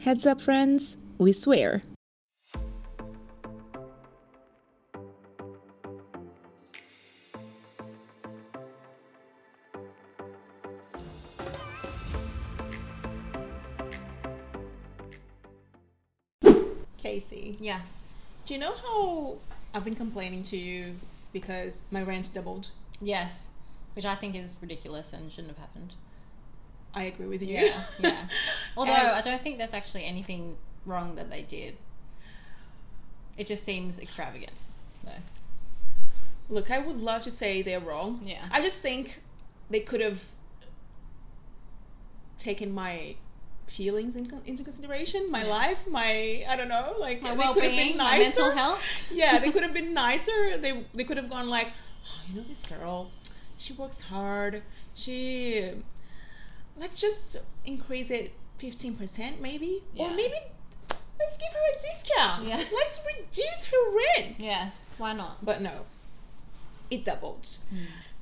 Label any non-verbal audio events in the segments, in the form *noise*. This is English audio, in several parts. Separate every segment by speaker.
Speaker 1: Heads up, friends, we swear. Casey,
Speaker 2: Yes.
Speaker 1: do you know how I've been complaining to you because my rent doubled?
Speaker 2: Yes. Which I think is ridiculous and shouldn't have happened.
Speaker 1: I agree with you.
Speaker 2: Yeah.
Speaker 1: *laughs*
Speaker 2: *laughs* Um, Yeah. Although
Speaker 1: And-
Speaker 2: I don't think there's actually anything wrong that they did. It just seems extravagant. No.
Speaker 1: Look, I would love to say they're wrong.
Speaker 2: Yeah.
Speaker 1: I just think they could have taken my feelings in, into consideration, my
Speaker 2: Yeah.
Speaker 1: life, my I don't know, like
Speaker 2: My
Speaker 1: they
Speaker 2: well
Speaker 1: could have been
Speaker 2: being, my mental
Speaker 1: nicer.
Speaker 2: health.
Speaker 1: *laughs* yeah, they could
Speaker 2: *laughs*
Speaker 1: have been nicer. They they could have gone like, oh, you know, this girl, she works hard. She let's just increase it fifteen percent, maybe, or
Speaker 2: Yeah.
Speaker 1: maybe let's give her a discount.
Speaker 2: Yeah.
Speaker 1: Let's reduce her rent.
Speaker 2: Yes. Why not?
Speaker 1: But no, it doubled.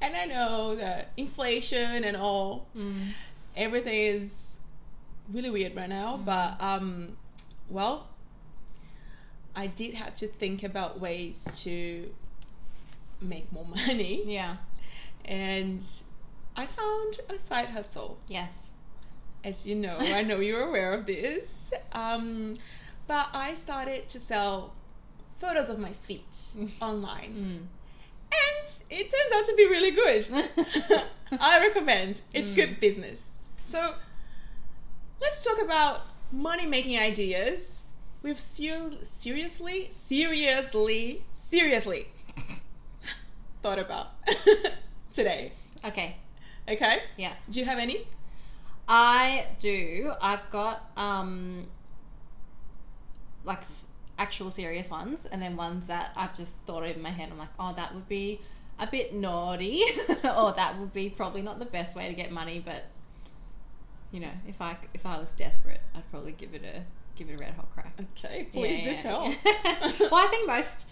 Speaker 1: And I know that inflation and all,
Speaker 2: Mm.
Speaker 1: everything is really weird right now. But, um, well, I did have to think about ways to make more *laughs* money.
Speaker 2: Yeah.
Speaker 1: And I found a side hustle.
Speaker 2: Yes.
Speaker 1: As you know, I know you're aware of this. Um, but I started to sell photos of my feet online
Speaker 2: Mm.
Speaker 1: and it turns out to be really
Speaker 2: *laughs*
Speaker 1: good. I recommend. It's
Speaker 2: Mm.
Speaker 1: good business. So let's talk about money making ideas. We've ser- seriously, seriously, seriously *laughs* thought about *laughs* today.
Speaker 2: Okay.
Speaker 1: Okay?
Speaker 2: Yeah.
Speaker 1: Do you have any?
Speaker 2: I do. I've got um like s- actual serious ones and then ones that I've just thought of in my head. I'm like, "Oh, that would be a bit naughty." *laughs* or that would be probably not the best way to get money, but you know, if I c- if I was desperate, I'd probably give it a give it a red hot crack.
Speaker 1: Okay,
Speaker 2: Yeah,
Speaker 1: please do
Speaker 2: yeah,
Speaker 1: tell.
Speaker 2: yeah. *laughs* well, I think most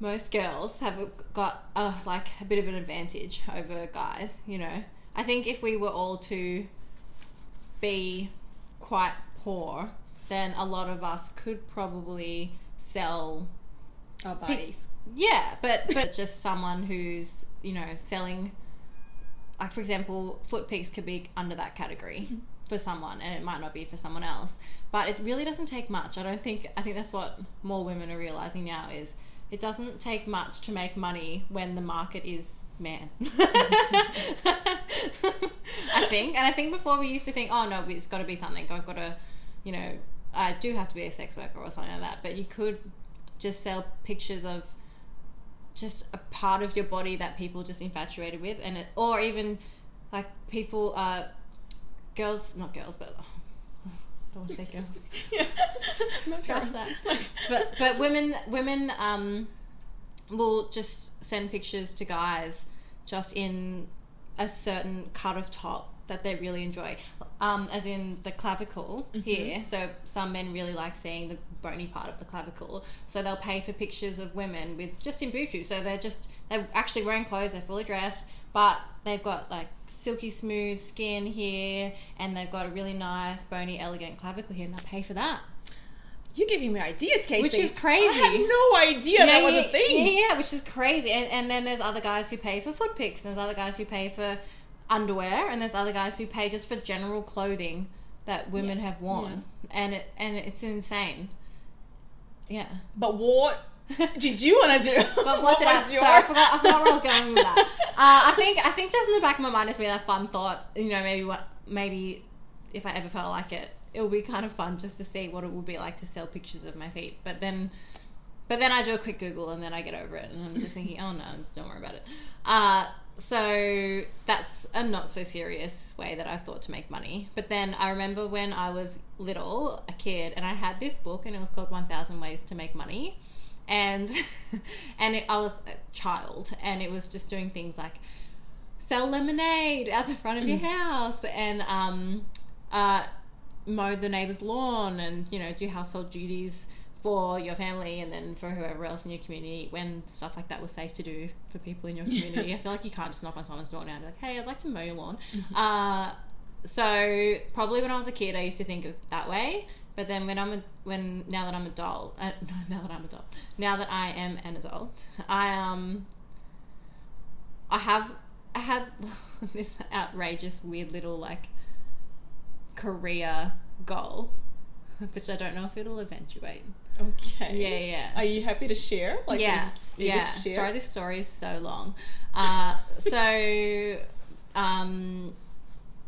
Speaker 2: most girls have got uh, like a bit of an advantage over guys. You know, I think if we were all to be quite poor, then a lot of us could probably sell.
Speaker 1: Our bodies.
Speaker 2: Yeah, but but just someone who's you know selling. Like for example, foot pics could be under that category for someone, and it might not be for someone else. But it really doesn't take much. I don't think. I think that's what more women are realizing now is it doesn't take much to make money when the market is man. I think, and I think before we used to think, oh no, it's got to be something. I've got to, you know, I do have to be a sex worker or something like that. But you could just sell pictures of just a part of your body that people are just infatuated with, and it, or even like people, uh, girls, not girls, but oh, I don't want to say girls.
Speaker 1: *laughs*
Speaker 2: *laughs*
Speaker 1: Yeah. No
Speaker 2: Scratch
Speaker 1: girls.
Speaker 2: that.
Speaker 1: *laughs*
Speaker 2: but but women women um, will just send pictures to guys just in a certain cut of top that they really enjoy, um, as in the clavicle here. So some men really like seeing the bony part of the clavicle, so they'll pay for pictures of women with just in booty. So they're just they're actually wearing clothes, they're fully dressed, but they've got like silky smooth skin here, and they've got a really nice bony elegant clavicle here, and they'll pay for that.
Speaker 1: You're giving me ideas, Casey.
Speaker 2: Which is crazy.
Speaker 1: I had no idea that was
Speaker 2: yeah,
Speaker 1: a thing.
Speaker 2: Yeah, yeah, which is crazy. And, and then there's other guys who pay for foot pics, and there's other guys who pay for underwear, and there's other guys who pay just for general clothing that women have worn, and it and it's insane. Yeah, *laughs*
Speaker 1: But what did you want to do?
Speaker 2: but
Speaker 1: *laughs*
Speaker 2: what did I?
Speaker 1: was your-
Speaker 2: Sorry, I forgot, I forgot where I was going with
Speaker 1: *laughs*
Speaker 2: that. Uh, I think I think just in the back of my mind has been a fun thought. You know, maybe what maybe if I ever felt like it, it'll be kind of fun just to see what it would be like to sell pictures of my feet. But then, but then I do a quick Google and then I get over it, and I'm just thinking, oh no, don't worry about it. Uh, so that's a not so serious way that I've thought to make money. But then I remember when I was little, a kid, and I had this book, and it was called One Thousand Ways to Make Money and *laughs* and it, I was a child, and it was just doing things like sell lemonade out the front of your house, and um, uh, mow the neighbor's lawn, and you know do household duties for your family and then for whoever else in your community when stuff like that was safe to do for people in your community. I feel like you can't just knock on someone's door now and be like, "Hey, I'd like to mow your lawn." Uh, so probably when I was a kid, I used to think of it that way, But then when I'm a, when now that I'm adult, uh, *laughs* no, now that I'm adult, now that I am an adult, I um, I have I had *laughs* this outrageous, weird little like career goal, *laughs* which I don't know if it'll eventuate.
Speaker 1: Okay.
Speaker 2: Yeah, yeah.
Speaker 1: Are you happy to share? Like,
Speaker 2: yeah,
Speaker 1: are you- are you good
Speaker 2: yeah.
Speaker 1: to *laughs* share?
Speaker 2: Sorry, this story is so long. Uh, so, *laughs* um,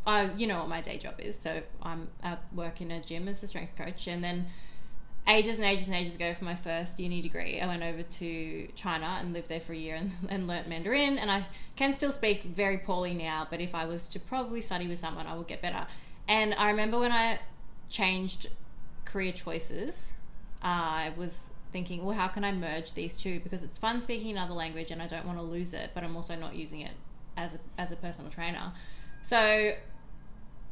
Speaker 2: I you know what my day job is. So I'm I work in a gym as a strength coach, and then ages and ages and ages ago, for my first uni degree, I went over to China and lived there for a year and, *laughs* and learnt Mandarin. And I can still speak very poorly now, but if I was to probably study with someone, I would get better. And I remember when I changed career choices, uh, I was thinking, well, how can I merge these two? Because it's fun speaking another language and I don't want to lose it, but I'm also not using it as a, as a personal trainer. So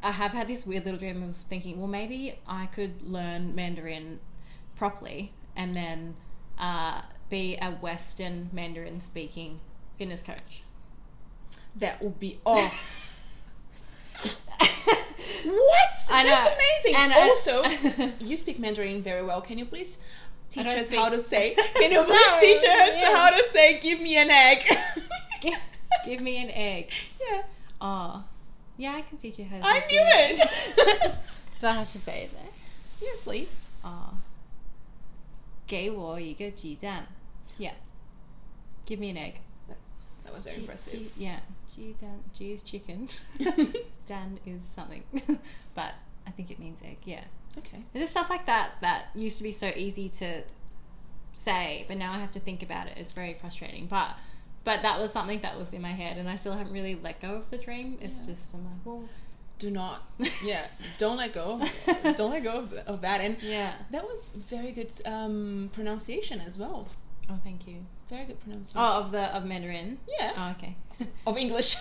Speaker 2: I have had this weird little dream of thinking, well, maybe I could learn Mandarin properly and then uh, be a Western Mandarin speaking fitness coach.
Speaker 1: That would *laughs* be off. what?
Speaker 2: I know.
Speaker 1: That's amazing.
Speaker 2: And I-
Speaker 1: also,
Speaker 2: *laughs*
Speaker 1: you speak Mandarin very well. Can you please teach
Speaker 2: don't
Speaker 1: us
Speaker 2: speak-
Speaker 1: how
Speaker 2: *laughs*
Speaker 1: to say? Can you
Speaker 2: No,
Speaker 1: please teach us
Speaker 2: yeah.
Speaker 1: how to say? Give me an egg.
Speaker 2: give, *laughs* give me an egg.
Speaker 1: *laughs* yeah,
Speaker 2: Oh, yeah, I can teach you how to
Speaker 1: I
Speaker 2: do
Speaker 1: knew
Speaker 2: *laughs*
Speaker 1: it.
Speaker 2: Do I have to say it there?
Speaker 1: yes, please.
Speaker 2: 啊、uh,，给我一个鸡蛋。Yeah. Give me an egg.
Speaker 1: That was very
Speaker 2: G-
Speaker 1: impressive.
Speaker 2: G- yeah. 鸡蛋 G is *laughs* chicken. Dan is something. *laughs* but I think it means egg. Yeah.
Speaker 1: okay.
Speaker 2: There's just stuff like that that used to be so easy to say, but now I have to think about it. It's very frustrating. But but that was something that was in my head, and I still haven't really let go of the dream. It's
Speaker 1: Yeah.
Speaker 2: just I'm like, well,
Speaker 1: Do not.
Speaker 2: *laughs*
Speaker 1: Yeah, don't let go. of- don't let go of, of that. And
Speaker 2: yeah.
Speaker 1: that was very good um, pronunciation as well.
Speaker 2: Oh, thank you.
Speaker 1: Very good pronunciation.
Speaker 2: Oh, of the of Mandarin.
Speaker 1: yeah,
Speaker 2: Oh, okay. *laughs*
Speaker 1: of English.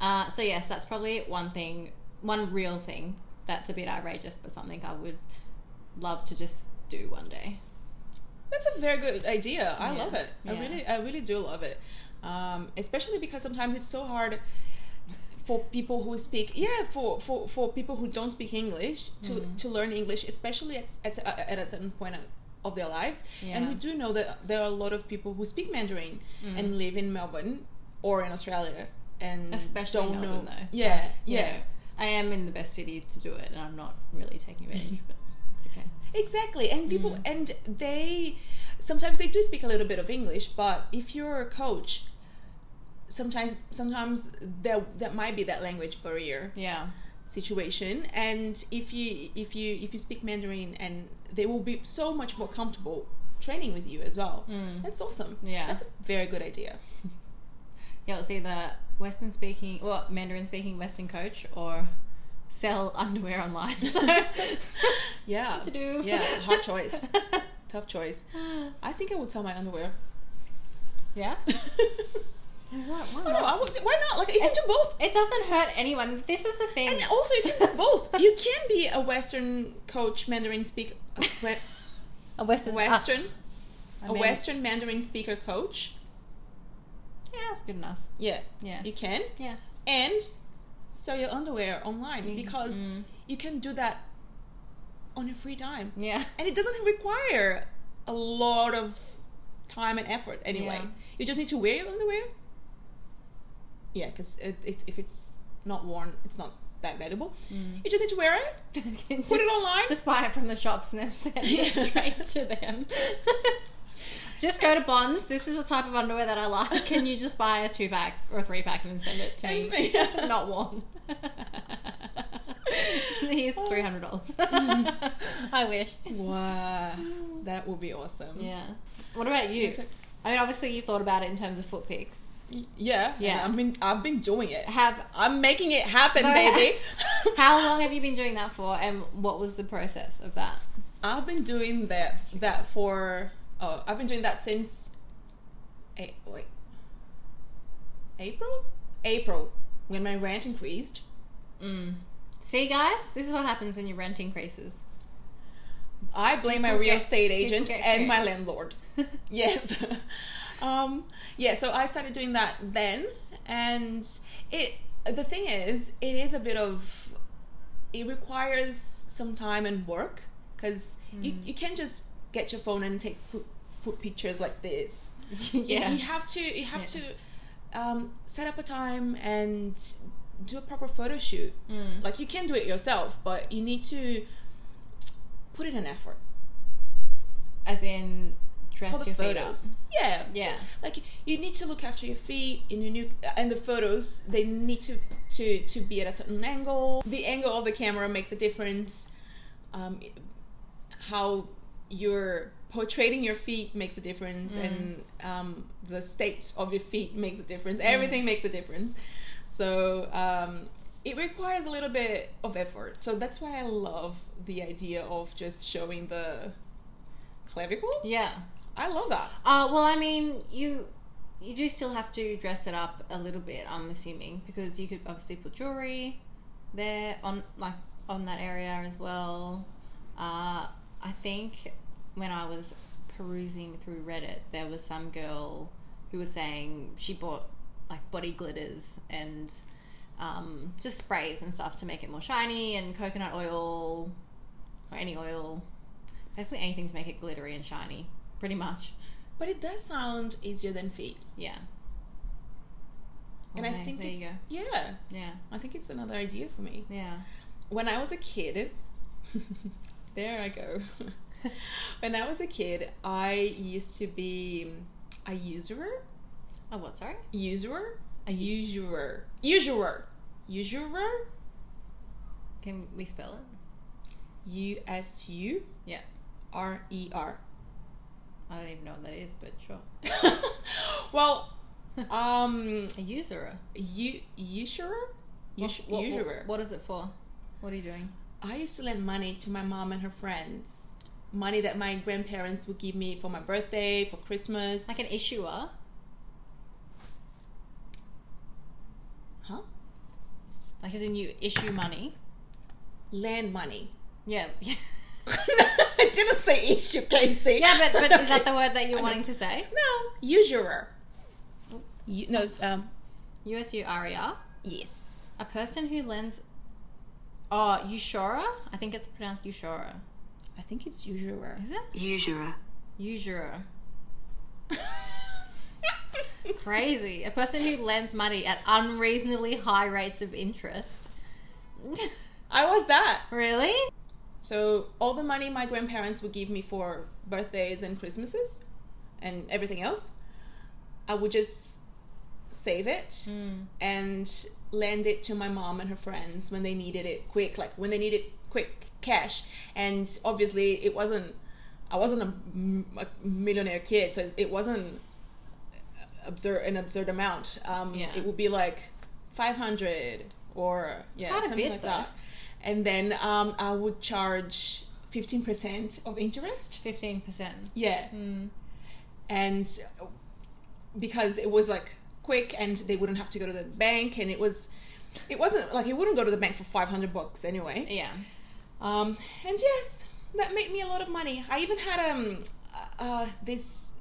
Speaker 2: Uh, so yes, that's probably one thing, one real thing that's a bit outrageous, but something I would love to just do one day.
Speaker 1: That's a very good idea. I
Speaker 2: Yeah.
Speaker 1: love it. I
Speaker 2: Yeah.
Speaker 1: really, I really do love it. Um, especially because sometimes it's so hard for people who speak, yeah, for, for, for people who don't speak English to,
Speaker 2: Mm-hmm.
Speaker 1: to learn English, especially at, at, a- at a certain point of- of their lives. And we
Speaker 2: Yeah. Mm.
Speaker 1: do know that there are a lot of people who speak Mandarin and live in Melbourne or in Australia and
Speaker 2: Especially
Speaker 1: Mm. don't
Speaker 2: Melbourne,
Speaker 1: know.
Speaker 2: though.
Speaker 1: Yeah,
Speaker 2: You
Speaker 1: yeah,
Speaker 2: know, I am in the best city to do it, and I'm not really
Speaker 1: *laughs*
Speaker 2: taking advantage, but it's okay.
Speaker 1: Exactly, and people
Speaker 2: Mm.
Speaker 1: and they sometimes they do speak a little bit of English, but if you're a coach, sometimes sometimes there that might be that language barrier
Speaker 2: Yeah,
Speaker 1: situation. And if you if you if you speak Mandarin, and they will be so much more comfortable training with you as well. That's awesome.
Speaker 2: Mm. Yeah.
Speaker 1: that's a very good idea.
Speaker 2: yeah. It's either Western speaking, well, Mandarin speaking Western coach, or sell *laughs* underwear online. So
Speaker 1: *laughs* Yeah,
Speaker 2: to do.
Speaker 1: yeah,
Speaker 2: *laughs*
Speaker 1: hard choice,
Speaker 2: *gasps*
Speaker 1: tough choice. I think I would sell my underwear. *laughs*
Speaker 2: yeah. Why, why
Speaker 1: I don't know. I
Speaker 2: not?
Speaker 1: would, why not? Like you can do both.
Speaker 2: It doesn't hurt anyone. This is the thing.
Speaker 1: And also, you can do both. You can be a Western coach, Mandarin speaker, a *laughs* we-
Speaker 2: *laughs* a Western. uh,
Speaker 1: Western,
Speaker 2: ah,
Speaker 1: a
Speaker 2: Mand-
Speaker 1: Western Ah, Mandarin speaker coach.
Speaker 2: Yeah, that's good enough.
Speaker 1: Yeah,
Speaker 2: Yeah.
Speaker 1: you can,
Speaker 2: Yeah.
Speaker 1: and sell your underwear online
Speaker 2: You-
Speaker 1: because
Speaker 2: mm.
Speaker 1: you can do that on your free time,
Speaker 2: Yeah. *laughs*
Speaker 1: and it doesn't require a lot of time and effort. Anyway,
Speaker 2: Yeah.
Speaker 1: you just need to wear your underwear. Yeah, because it, it, if it's not worn, it's not that valuable. You just need to wear it,
Speaker 2: just,
Speaker 1: put it online.
Speaker 2: just buy it from the shops and then send it
Speaker 1: Yeah.
Speaker 2: straight to them. *laughs* just go to Bonds. This is a type of underwear that I like. Can you just buy a two pack or a three pack and then send it to
Speaker 1: And-
Speaker 2: me?
Speaker 1: *laughs* yeah.
Speaker 2: *laughs* Not one. Here's
Speaker 1: Oh.
Speaker 2: three hundred
Speaker 1: *laughs*
Speaker 2: dollars. I wish.
Speaker 1: Wow, that would be awesome.
Speaker 2: Yeah. What about you? I mean, obviously you've thought about it in terms of foot pics.
Speaker 1: yeah,
Speaker 2: Yeah.
Speaker 1: yeah. I've been I've been doing it.
Speaker 2: Have
Speaker 1: I'm making it happen,
Speaker 2: No, *laughs*
Speaker 1: baby.
Speaker 2: how long have you been doing that for, and what was the process of that?
Speaker 1: I've been doing that that for oh I've been doing that since a, wait April April when my rent increased.
Speaker 2: Mm. See, guys, this is what happens when your rent
Speaker 1: *laughs*
Speaker 2: increases.
Speaker 1: I blame my
Speaker 2: People
Speaker 1: real
Speaker 2: get-
Speaker 1: estate
Speaker 2: people
Speaker 1: agent
Speaker 2: get
Speaker 1: and my
Speaker 2: creative.
Speaker 1: landlord. yes *laughs* um yeah so i started doing that then and it the thing is it is a bit of it requires some time and work because you,
Speaker 2: Hmm.
Speaker 1: you can't just get your phone and take food, food pictures like this.
Speaker 2: *laughs* yeah.
Speaker 1: You have to you have
Speaker 2: Yeah.
Speaker 1: to um, set up a time and do a proper photo shoot.
Speaker 2: Mm.
Speaker 1: Like you can do it yourself, but you need to put in an effort
Speaker 2: As in, dress
Speaker 1: for the
Speaker 2: your
Speaker 1: photos.
Speaker 2: feet
Speaker 1: Yeah.
Speaker 2: up. Yeah.
Speaker 1: Like you need to look after your feet in your new and the photos they need to to to be at a certain angle. The angle of the camera makes a difference. Um, how you're portraying your feet makes a difference, and um, the state of your feet makes a difference. Everything makes a difference. So um, it requires a little bit of effort. So that's why I love the idea of just showing the clavicle.
Speaker 2: Yeah.
Speaker 1: I love that.
Speaker 2: Uh, well, I mean, you you do still have to dress it up a little bit. I'm assuming because you could obviously put jewelry there on like on that area as well. Uh, I think when I was perusing through Reddit, there was some girl who was saying she bought like body glitters and um, just sprays and stuff to make it more shiny and coconut oil or any oil, basically anything to make it glittery and shiny, pretty much.
Speaker 1: But it does sound easier than feet.
Speaker 2: Yeah.
Speaker 1: And I
Speaker 2: Okay,
Speaker 1: think
Speaker 2: there
Speaker 1: it's
Speaker 2: you
Speaker 1: yeah,
Speaker 2: go. Yeah,
Speaker 1: I think it's another idea for me.
Speaker 2: yeah.
Speaker 1: When I was a kid, *laughs* there I go. *laughs* when I was a kid, I used to be a usurer,
Speaker 2: Oh, what? Sorry.
Speaker 1: usurer,
Speaker 2: A u-
Speaker 1: usurer, usurer, usurer,
Speaker 2: Can we spell it?
Speaker 1: U S U
Speaker 2: Yeah.
Speaker 1: R E R. *gasps*
Speaker 2: I don't even know what that is, but sure. *laughs*
Speaker 1: Well, um,
Speaker 2: A usurer.
Speaker 1: u- usurer,
Speaker 2: What-
Speaker 1: Usu-
Speaker 2: what, what-
Speaker 1: usurer.
Speaker 2: what is it for? What are you doing?
Speaker 1: I used to lend money to my mom and her friends. Money that my grandparents would give me for my birthday, for Christmas.
Speaker 2: Like an issuer.
Speaker 1: Huh?
Speaker 2: Like as in you issue money.
Speaker 1: Lend money. *laughs*
Speaker 2: Yeah. *laughs* yeah,
Speaker 1: I didn't say issue, Casey.
Speaker 2: but, but is that the word that *laughs*
Speaker 1: I
Speaker 2: you're
Speaker 1: know.
Speaker 2: wanting to say?
Speaker 1: No, usurer. You, no, um,
Speaker 2: U S U R E R.
Speaker 1: yes.
Speaker 2: A person who lends. Oh, usurer? I think it's pronounced usurer.
Speaker 1: I think it's usurer. *laughs*
Speaker 2: Is it?
Speaker 3: usurer,
Speaker 2: Usurer. Crazy. A person who lends money at unreasonably high rates of *laughs* interest.
Speaker 1: I was that.
Speaker 2: really?
Speaker 1: So all the money my grandparents would give me for birthdays and Christmases and everything else, I would just save it and lend it to my mom and her friends when they needed it quick, like when they needed quick cash. And obviously, it wasn't. I wasn't a m- a, millionaire kid, so it wasn't absurd an absurd amount. Um,
Speaker 2: Yeah.
Speaker 1: It would be like five hundred or yeah,
Speaker 2: Quite a
Speaker 1: something
Speaker 2: bit,
Speaker 1: like
Speaker 2: though.
Speaker 1: that. And then um, I would charge fifteen percent of interest.
Speaker 2: 15%.
Speaker 1: Yeah.
Speaker 2: Hmm.
Speaker 1: And because it was like quick and they wouldn't have to go to the bank and it was it wasn't like it wouldn't go to the bank for 500 bucks anyway.
Speaker 2: Yeah.
Speaker 1: Um and yes, that made me a lot of money. I even had um uh this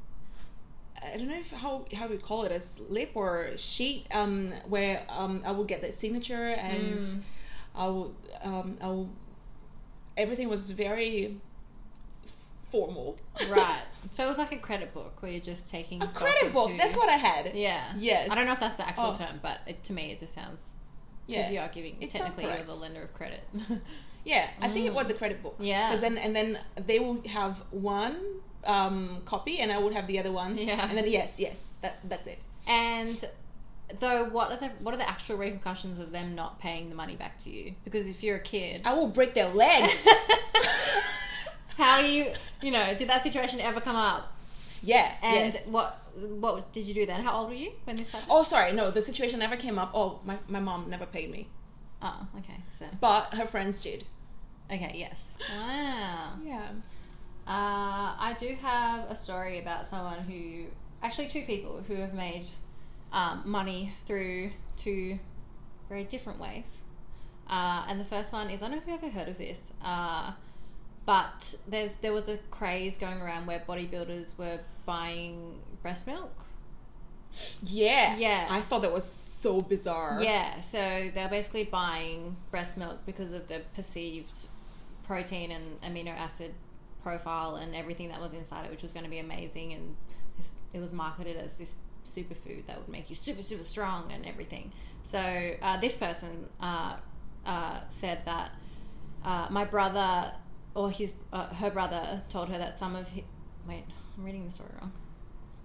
Speaker 1: I don't know if how how you call it a slip or sheet um where um I would get the signature and
Speaker 2: Mm.
Speaker 1: I would um I would, everything was very f- formal.
Speaker 2: Right. so it was like a credit book where you're just taking
Speaker 1: *laughs* A
Speaker 2: stock
Speaker 1: credit
Speaker 2: of
Speaker 1: book.
Speaker 2: who-
Speaker 1: That's what I had.
Speaker 2: Yeah.
Speaker 1: Yes.
Speaker 2: I don't know if that's the actual
Speaker 1: Oh.
Speaker 2: term, but it, to me it just sounds.
Speaker 1: Yeah.
Speaker 2: Because you are giving.
Speaker 1: It sounds
Speaker 2: technically, you're
Speaker 1: correct.
Speaker 2: the lender of credit. *laughs*
Speaker 1: Yeah. I think it was a credit book.
Speaker 2: Mm. Yeah.
Speaker 1: 'Cause then and then they would have one um, copy, and I would have the other one.
Speaker 2: Yeah.
Speaker 1: And then yes, yes, that that's it.
Speaker 2: and though, what are the what are the actual repercussions of them not paying the money back to you? Because if you're a *laughs* kid,
Speaker 1: I will break their
Speaker 2: *laughs*
Speaker 1: legs.
Speaker 2: how do you you know did that situation ever come up?
Speaker 1: yeah.
Speaker 2: And
Speaker 1: yes.
Speaker 2: what what did you do then? How old were you when this happened?
Speaker 1: Oh, sorry. No, the situation never came up. Oh, my, my mom never paid me,
Speaker 2: Oh, okay. So
Speaker 1: but her friends did.
Speaker 2: okay, yes. Wow.
Speaker 1: Yeah.
Speaker 2: Uh, I do have a story about someone who, actually, two people who have made um, money through two very different ways. Uh, and the first one is I don't know if you've ever heard of this, uh, but there's there was a craze going around where bodybuilders were buying breast milk
Speaker 1: Yeah.
Speaker 2: Yeah.
Speaker 1: I thought that was so bizarre.
Speaker 2: Yeah, so they're basically buying breast milk because of the perceived protein and amino acid profile and everything that was inside it, which was going to be amazing. And this- it was marketed as this superfood that would make you super, super strong and everything. So uh, this person uh, uh, said that uh, my brother or his uh, her brother told her that some of his, wait, I'm reading the story wrong.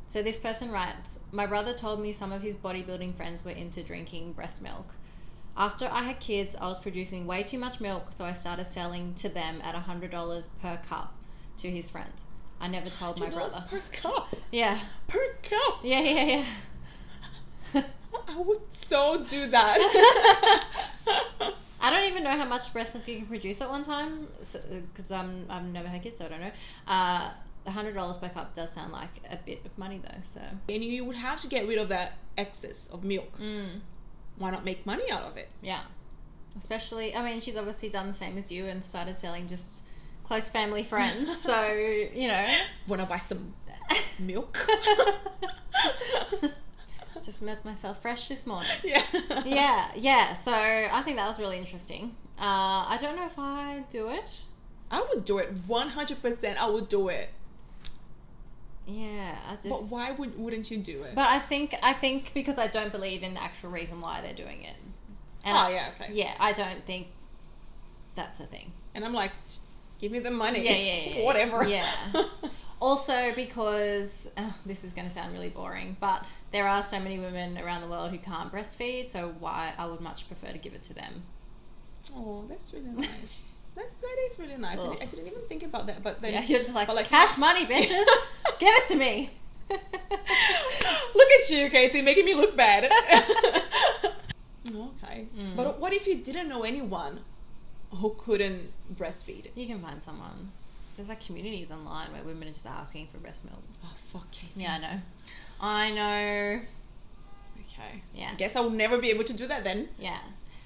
Speaker 2: So this person writes, My brother told me some of his bodybuilding friends were into drinking breast milk. After I had kids, I was producing way too much milk, so I started selling to them at $100 per cup to his friends. I never told my
Speaker 1: $100
Speaker 2: brother.
Speaker 1: Per cup.
Speaker 2: Yeah.
Speaker 1: Per cup.
Speaker 2: Yeah, yeah, yeah.
Speaker 1: I would so do
Speaker 2: *laughs*
Speaker 1: that. *laughs*
Speaker 2: I don't even know how much breast milk you can produce at one time because I'm I've never had kids, so I don't know. Uh, $100 per cup does sound like a bit of money though, so.
Speaker 1: and you would have to get rid of that excess of milk.
Speaker 2: Mm.
Speaker 1: Why not make money out of it?
Speaker 2: Yeah. Especially, I mean, she's obviously done the same as you and started selling just close family friends.
Speaker 1: *laughs*
Speaker 2: so, you know,
Speaker 1: Wanna
Speaker 2: *laughs*
Speaker 1: buy some milk? *laughs*
Speaker 2: just milked myself fresh this morning.
Speaker 1: *laughs*
Speaker 2: *laughs*
Speaker 1: yeah.
Speaker 2: Yeah, yeah. So I think that was really interesting. Uh, I don't know if I do it.
Speaker 1: I would do it 100%. I would do it.
Speaker 2: Yeah, I just.
Speaker 1: But why would, wouldn't you do it?
Speaker 2: But I think I think because I don't believe in the actual reason why they're doing it.
Speaker 1: oh,
Speaker 2: I-
Speaker 1: yeah, okay.
Speaker 2: Yeah, I don't think that's a thing.
Speaker 1: And I'm like, give me the money.
Speaker 2: Yeah, yeah, yeah, yeah.
Speaker 1: Whatever.
Speaker 2: Yeah. Also, because uh, this is going to sound really boring, but there are so many women around the world who can't breastfeed, so why I would much prefer to give it to them.
Speaker 1: *laughs* oh, that's really nice. That, that is really nice. I,
Speaker 2: Ugh.
Speaker 1: di- I didn't even think about that. But then
Speaker 2: Yeah, you're just like,
Speaker 1: but
Speaker 2: cash money, bitches, give it to me.
Speaker 1: *laughs*
Speaker 2: *laughs*
Speaker 1: Look at you, Casey, making me look bad. *laughs* okay.
Speaker 2: Mm.
Speaker 1: But what if you didn't know anyone who couldn't breastfeed?
Speaker 2: you can find someone. There's like communities online where women are just asking for breast milk.
Speaker 1: Oh, fuck, Casey.
Speaker 2: Yeah, I know. I know.
Speaker 1: Okay.
Speaker 2: Yeah.
Speaker 1: I guess I'll never be able to do that then.
Speaker 2: Yeah.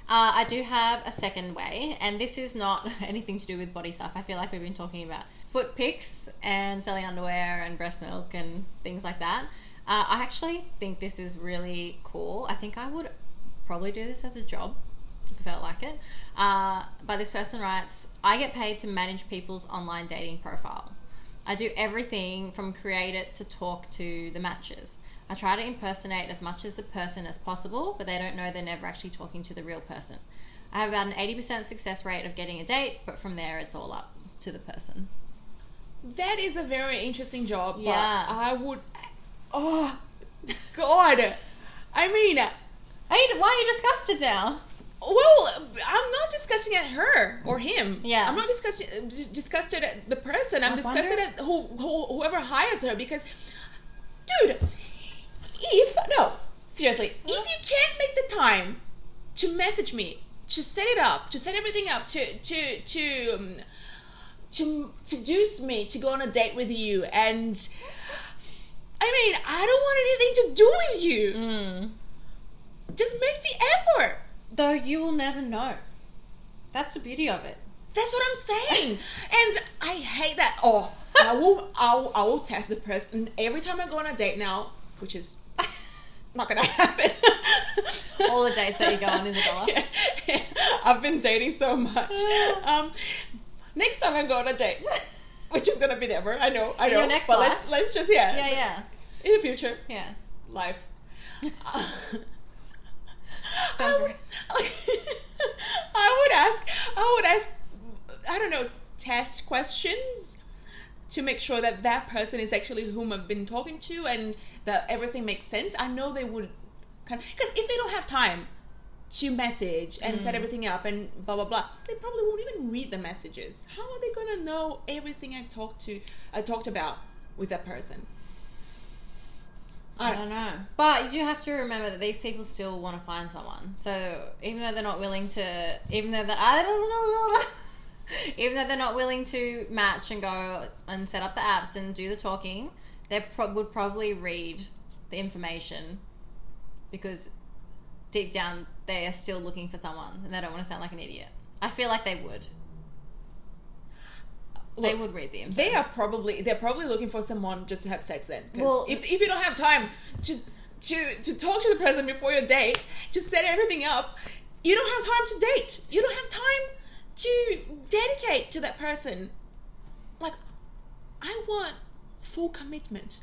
Speaker 2: Uh, I do have a second way, and this is not *laughs* anything to do with body stuff. I feel like we've been talking about foot pics and selling underwear and breast milk and things like that. Uh, I actually think this is really cool. I think I would probably do this as a job if I felt like it. Uh, but this person writes I get paid to manage people's online dating profile. I do everything from create it to talk to the matches. I try to impersonate as much as the person as possible, but they don't know they're never actually talking to the real person. I have about an 80% success rate of getting a date, but from there it's all up to the person.
Speaker 1: That is a very interesting job. But
Speaker 2: Yeah.
Speaker 1: I would. Oh, God. I mean,
Speaker 2: Are you, why are you disgusted now?
Speaker 1: well, I'm not discussing at her or him.
Speaker 2: Yeah.
Speaker 1: I'm not discussing disgusted at the person. I'm
Speaker 2: I wonder-
Speaker 1: disgusted at who, who whoever hires her because, dude, if no, seriously, if you can't make the time to message me, to set it up, to set everything up, to to to. Um, to seduce me to go on a date with you and I mean I don't want anything to do with you.
Speaker 2: Mm.
Speaker 1: Just make the effort.
Speaker 2: Though you will never know. That's the beauty of it.
Speaker 1: That's what
Speaker 2: *laughs*
Speaker 1: I'm saying. and I hate that. Oh, I will, I will, I will test the person every time I go on a date now, which is *laughs* not gonna happen.
Speaker 2: *laughs* All the dates that you go on is a dollar.
Speaker 1: Yeah, *laughs* yeah. I've been dating
Speaker 2: *sighs*
Speaker 1: so much. Um, next time I go on a date, which is gonna be never. I know, I know.
Speaker 2: your next
Speaker 1: but
Speaker 2: life?
Speaker 1: let's let's just yeah,
Speaker 2: Yeah, yeah,
Speaker 1: in the future
Speaker 2: yeah. *laughs*
Speaker 1: life. I
Speaker 2: Sounds
Speaker 1: would, *laughs*
Speaker 2: right.
Speaker 1: I would ask. I would ask. I don't know test questions to make sure that that person is actually whom I've been talking to and that everything makes sense. I know they would kind because if they don't have time to message and
Speaker 2: Mm.
Speaker 1: set everything up and blah blah blah, they probably won't even read the messages. How are they gonna know everything I talked to? I talked about with that person.
Speaker 2: I don't know. But you do have to remember that these people still want to find someone. So even though they're not willing to, even though that I don't know, *laughs* even though they're not willing to match and go and set up the apps and do the talking, they pro- would probably read the information because deep down they are still looking for someone and they don't want to sound like an idiot. I feel like they would. they
Speaker 1: Look,
Speaker 2: would read the info.
Speaker 1: they are probably they're probably looking for someone just to have sex then. 'Cause
Speaker 2: Well-
Speaker 1: if if you don't have time to to to talk to the person before your date to set everything up you don't have time to date you don't have time to dedicate to that person like i want full commitment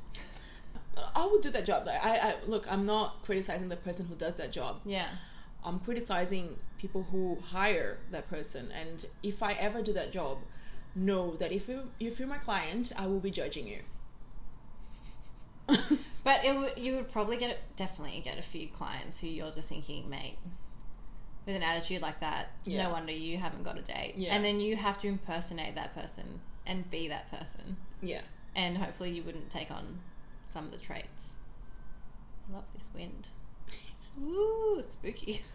Speaker 1: i would do that job like i, I look i'm not criticizing the person who does that job
Speaker 2: Yeah.
Speaker 1: I'm criticizing people who hire that person. And if I ever do that job, know that if you if you're my client, I will be judging you.
Speaker 2: But it w- you would probably get definitely get a few clients who you're just thinking, mate, with an attitude like that,
Speaker 1: Yeah.
Speaker 2: no wonder you haven't got a date.
Speaker 1: Yeah.
Speaker 2: And then you have to impersonate that person and be that person. *laughs*
Speaker 1: yeah.
Speaker 2: And hopefully you wouldn't take on some of the traits. I love this wind. Ooh, spooky. *laughs*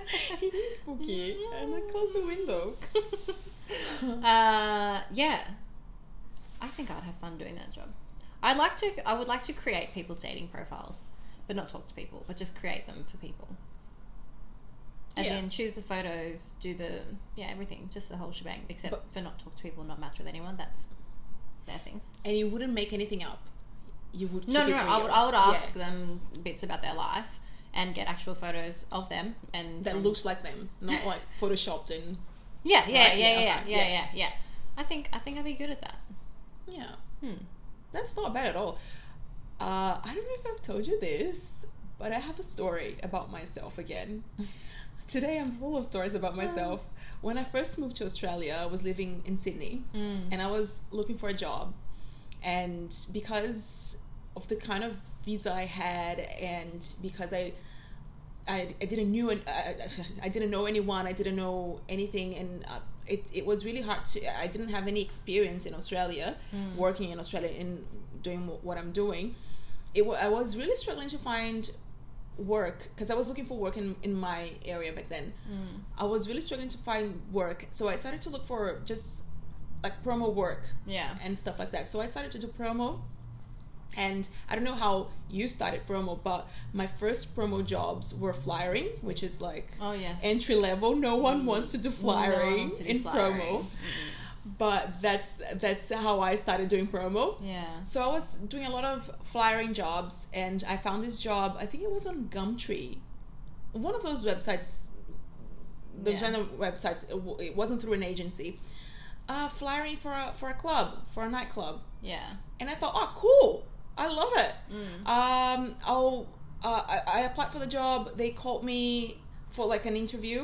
Speaker 1: It is spooky. And I close the window.
Speaker 2: Uh, yeah. I think I'd have fun doing that job. I'd like to. I would like to create people's dating profiles, but not talk to people, but just create them for people. As
Speaker 1: Yeah.
Speaker 2: in, choose the photos, do the yeah everything, just the whole shebang. Except
Speaker 1: But-
Speaker 2: for not talk to people, not match with anyone. That's their thing.
Speaker 1: *laughs* And you wouldn't make anything up. You would
Speaker 2: No,
Speaker 1: keep
Speaker 2: no,
Speaker 1: it
Speaker 2: no. I
Speaker 1: real.
Speaker 2: would, I would
Speaker 1: Yeah.
Speaker 2: ask them bits about their life and get actual photos of them and
Speaker 1: that
Speaker 2: and-
Speaker 1: looks like them, not
Speaker 2: *laughs*
Speaker 1: like photoshopped and
Speaker 2: Yeah, yeah, yeah,
Speaker 1: Right, yeah,
Speaker 2: yeah, yeah,
Speaker 1: okay,
Speaker 2: yeah,
Speaker 1: yeah.
Speaker 2: yeah, yeah. I think I think I'd be good at that.
Speaker 1: yeah.
Speaker 2: Hmm.
Speaker 1: That's not bad at all. Uh, I don't know if I've told you this, but I have a story about myself again. *laughs* Today I'm full of stories about myself. When I first moved to Australia, I was living in Sydney
Speaker 2: Mm.
Speaker 1: and I was looking for a job. And because of the kind of visa I had, and because I I, I didn't knew an- I, I- I didn't know anyone I didn't know anything and uh, it, it was really hard to I didn't have any experience in Australia working in Australia and doing wh- what I'm doing it wa- I was really struggling to find work because I was looking for work in, in my area back then I was really struggling to find work so I started to look for just like promo work
Speaker 2: Yeah.
Speaker 1: and stuff like that. So I started to do promo. And I don't know how you started promo, but my first promo jobs were flyering, which is like
Speaker 2: Oh yes.
Speaker 1: entry level. No one wants to do flyering
Speaker 2: wants to do
Speaker 1: in
Speaker 2: flyering.
Speaker 1: promo. But that's that's how I started doing promo.
Speaker 2: yeah.
Speaker 1: So I was doing a lot of flyering jobs, and I found this job. I think it was on Gumtree, one of those websites. Those
Speaker 2: Yeah.
Speaker 1: random websites. It w- It wasn't through an agency. Uh, flyering for a for a club, for a nightclub,
Speaker 2: Yeah.
Speaker 1: and I thought, oh, cool! I love it. Um, I'll. Uh, I, I applied for the job. They called me for like an interview.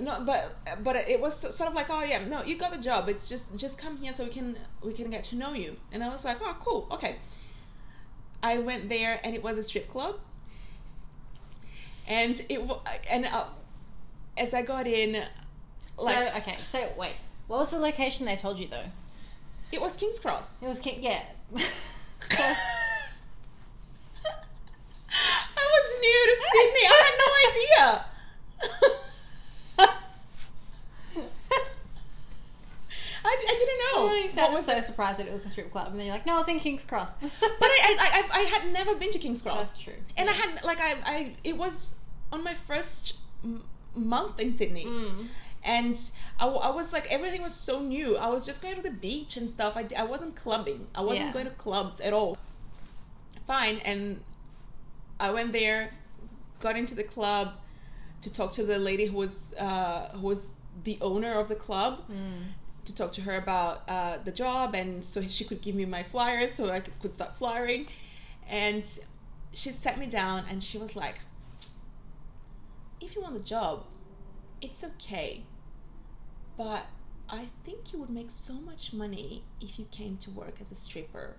Speaker 1: No, but but it was so- sort of like, oh yeah, no, you got the job. It's just just come here so we can we can get to know you. And I was like, oh cool, okay. I went there and it was a strip club, and it wa- and uh, as I got in, like
Speaker 2: so okay. So wait. What was the location they told you though?
Speaker 1: it was King's Cross.
Speaker 2: It was King. Yeah. *laughs* so
Speaker 1: I was new to Sydney. I had no idea. I, I didn't know.
Speaker 2: oh, you
Speaker 1: *laughs* what
Speaker 2: sounded
Speaker 1: was
Speaker 2: so surprised that it was a strip club, and then you're like, "No, it's in King's Cross." but
Speaker 1: *laughs* But I, I, I, I had never been to King's Cross.
Speaker 2: that's true.
Speaker 1: And I had, like, I, I it was on my first m- month in Sydney.
Speaker 2: Mm.
Speaker 1: And I, w- I was like, everything was so new. I was just going to the beach and stuff. I, d- I wasn't clubbing, I wasn't
Speaker 2: Yeah.
Speaker 1: going to clubs at all. Fine. And I went there, got into the club to talk to the lady who was, uh, who was the owner of the club
Speaker 2: Mm.
Speaker 1: to talk to her about uh, the job, and so she could give me my flyers so I could, could start flyering. And she sat me down and she was like, If you want the job, it's okay, but I think you would make so much money if you came to work as a stripper.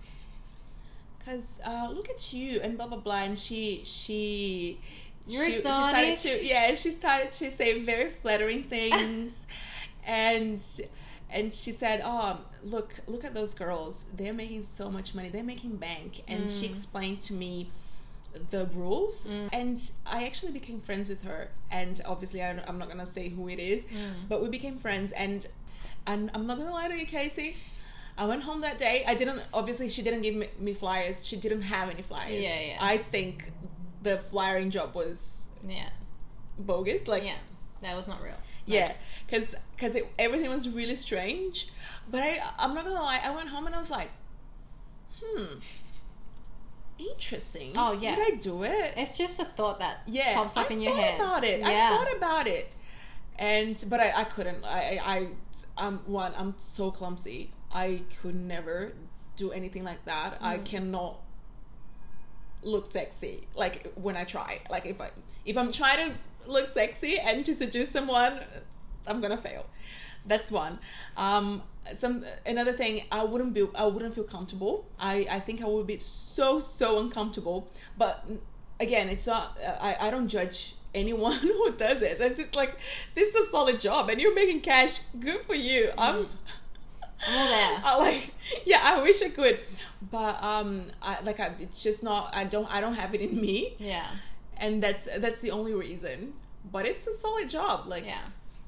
Speaker 1: Cause uh, look at you and blah blah blah, and she she
Speaker 2: You're
Speaker 1: she, she started
Speaker 2: exotic.
Speaker 1: to yeah she started to say very flattering
Speaker 2: *laughs*
Speaker 1: things, and and she said, "Oh, look, look at those girls. They're making so much money. They're making bank." And she
Speaker 2: Mm.
Speaker 1: explained to me the rules, and I actually became friends with her. And obviously, I, I'm not gonna say who it is,
Speaker 2: Mm.
Speaker 1: but we became friends. And and I'm not gonna lie to you, Casey. I went home that day. I didn't. Obviously, she didn't give me, me flyers. She didn't have any flyers.
Speaker 2: Yeah, yeah.
Speaker 1: I think the flyering job was
Speaker 2: Yeah.
Speaker 1: bogus. Like,
Speaker 2: Yeah. That was not real.
Speaker 1: yeah, because because everything was really strange. But I I'm not gonna lie, I went home and I was like, hmm, interesting.
Speaker 2: Oh, yeah.
Speaker 1: Would I do it?
Speaker 2: It's just a thought that
Speaker 1: yeah,
Speaker 2: pops up
Speaker 1: I
Speaker 2: in your
Speaker 1: thought
Speaker 2: head.
Speaker 1: About it,
Speaker 2: Yeah.
Speaker 1: I thought about it, and but I, I couldn't. I, I, I- I'm one. I'm so clumsy. I could never do anything like that. I
Speaker 2: Mm.
Speaker 1: cannot look sexy. Like when I try, like if I if I'm trying to look sexy and to seduce someone, I'm gonna fail. That's one. Um, some another thing, I wouldn't be, I wouldn't feel comfortable. I, I think I would be so so uncomfortable. But again, it's not. uh, I, I don't judge anyone *laughs* who does it. It's just like this is a solid job, and you're making cash. Good for you. I'm.
Speaker 2: I'm all there.
Speaker 1: I like, *laughs* yeah, I wish I could, but um, I like, I, it's just not. I don't. I don't have it in me,
Speaker 2: Yeah.
Speaker 1: and that's that's the only reason. But it's a solid job. Like,
Speaker 2: Yeah.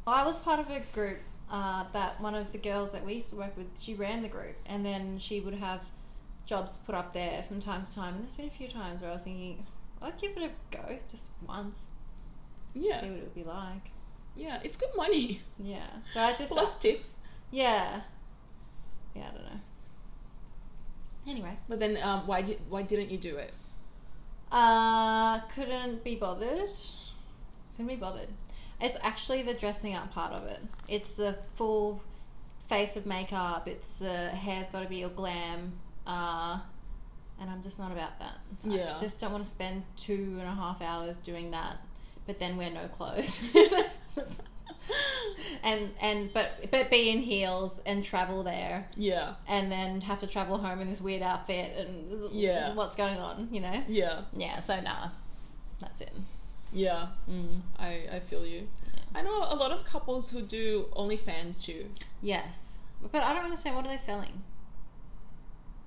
Speaker 2: Well, I was part of a group uh, that one of the girls that we used to work with, she ran the group, and then she would have jobs put up there from time to time. And there's been a few times where I was thinking, I'd give it a go just once,
Speaker 1: yeah,
Speaker 2: see what it would be like.
Speaker 1: yeah, it's good money. *laughs*
Speaker 2: Yeah. But I just,
Speaker 1: Plus tips.
Speaker 2: yeah. Yeah, I don't know. Anyway,
Speaker 1: But then, um, why did why didn't you do it?
Speaker 2: uh, couldn't be bothered. Couldn't be bothered. It's actually the dressing up part of it. It's the full face of makeup. It's uh, hair's got to be all glam, uh, and I'm just not about that.
Speaker 1: Yeah.
Speaker 2: I Uh, just don't want to spend two and a half hours doing that, but then wear no clothes. *laughs* and and but but be in heels and travel there,
Speaker 1: Yeah,
Speaker 2: and then have to travel home in this weird outfit and this is
Speaker 1: Yeah.
Speaker 2: what's going on, you know?
Speaker 1: yeah,
Speaker 2: Yeah. So nah, that's it.
Speaker 1: yeah.
Speaker 2: Mm.
Speaker 1: I I feel you. I know a lot of couples who do OnlyFans too.
Speaker 2: Yes, but I don't understand what are they selling?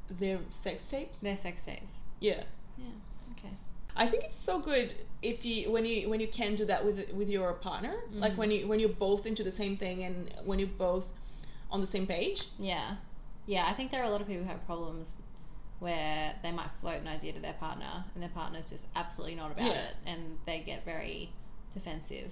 Speaker 1: Their sex tapes.
Speaker 2: Their sex tapes.
Speaker 1: Yeah.
Speaker 2: Yeah. Okay.
Speaker 1: I think it's so good if you when you when you can do that with with your partner,
Speaker 2: Mm-hmm.
Speaker 1: like when you when you're both into the same thing and when you're both on the same page.
Speaker 2: Yeah. Yeah, I think there are a lot of people who have problems where they might float an idea to their partner and their partner's just absolutely not about
Speaker 1: Yeah.
Speaker 2: it and they get very defensive.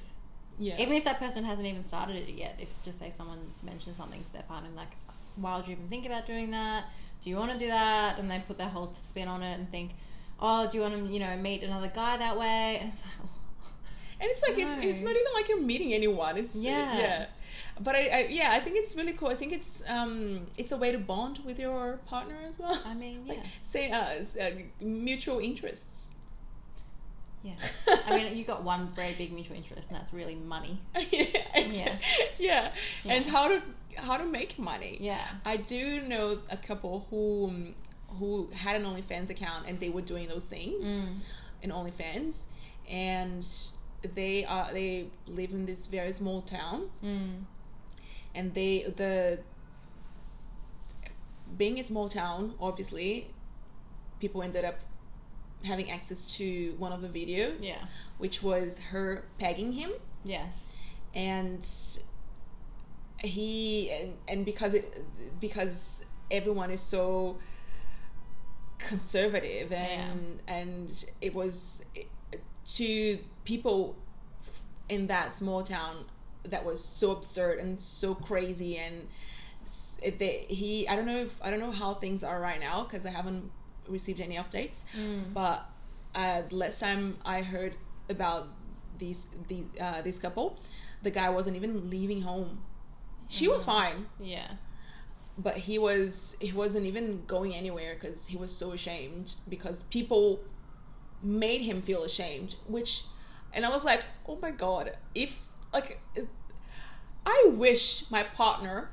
Speaker 1: Yeah,
Speaker 2: Even if that person hasn't even started it yet, if just say someone mentions something to their partner and like, why would you even think about doing that? Do you want to do that? And they put their whole spin on it and think, oh, do you want to, you know, meet another guy that way? *laughs* And it's like, "Oh,
Speaker 1: and it's like it's it's
Speaker 2: No.
Speaker 1: not even like you're meeting anyone. It's
Speaker 2: Yeah.
Speaker 1: yeah. But I, I yeah I think it's really cool. I think it's um it's a way to bond with your partner as well.
Speaker 2: I mean, yeah.
Speaker 1: *laughs* Like say uh, s- uh, mutual interests.
Speaker 2: Yeah. I mean, you've got one very big mutual interest and that's really money.
Speaker 1: *laughs* yeah, it's-
Speaker 2: Yeah.
Speaker 1: yeah,
Speaker 2: Yeah.
Speaker 1: and how to how to make money.
Speaker 2: Yeah.
Speaker 1: I do know a couple who um, who had an OnlyFans account and they were doing those things
Speaker 2: Mm.
Speaker 1: in OnlyFans, and they are they live in this very small town,
Speaker 2: Mm.
Speaker 1: and they the being a small town, obviously, people ended up having access to one of the videos,
Speaker 2: Yeah.
Speaker 1: which was her pegging him
Speaker 2: Yes.
Speaker 1: and he and, and because it because everyone is so conservative and and it was to people in that small town that was so absurd and so crazy and s- it, they, he I don't know if I don't know how things are right now because I haven't received any updates but uh, last time I heard about these the uh, this couple the guy wasn't even leaving home she was fine
Speaker 2: Yeah.
Speaker 1: but he was he wasn't even going anywhere because he was so ashamed because people made him feel ashamed which and i was like oh my god if like it- i wish my partner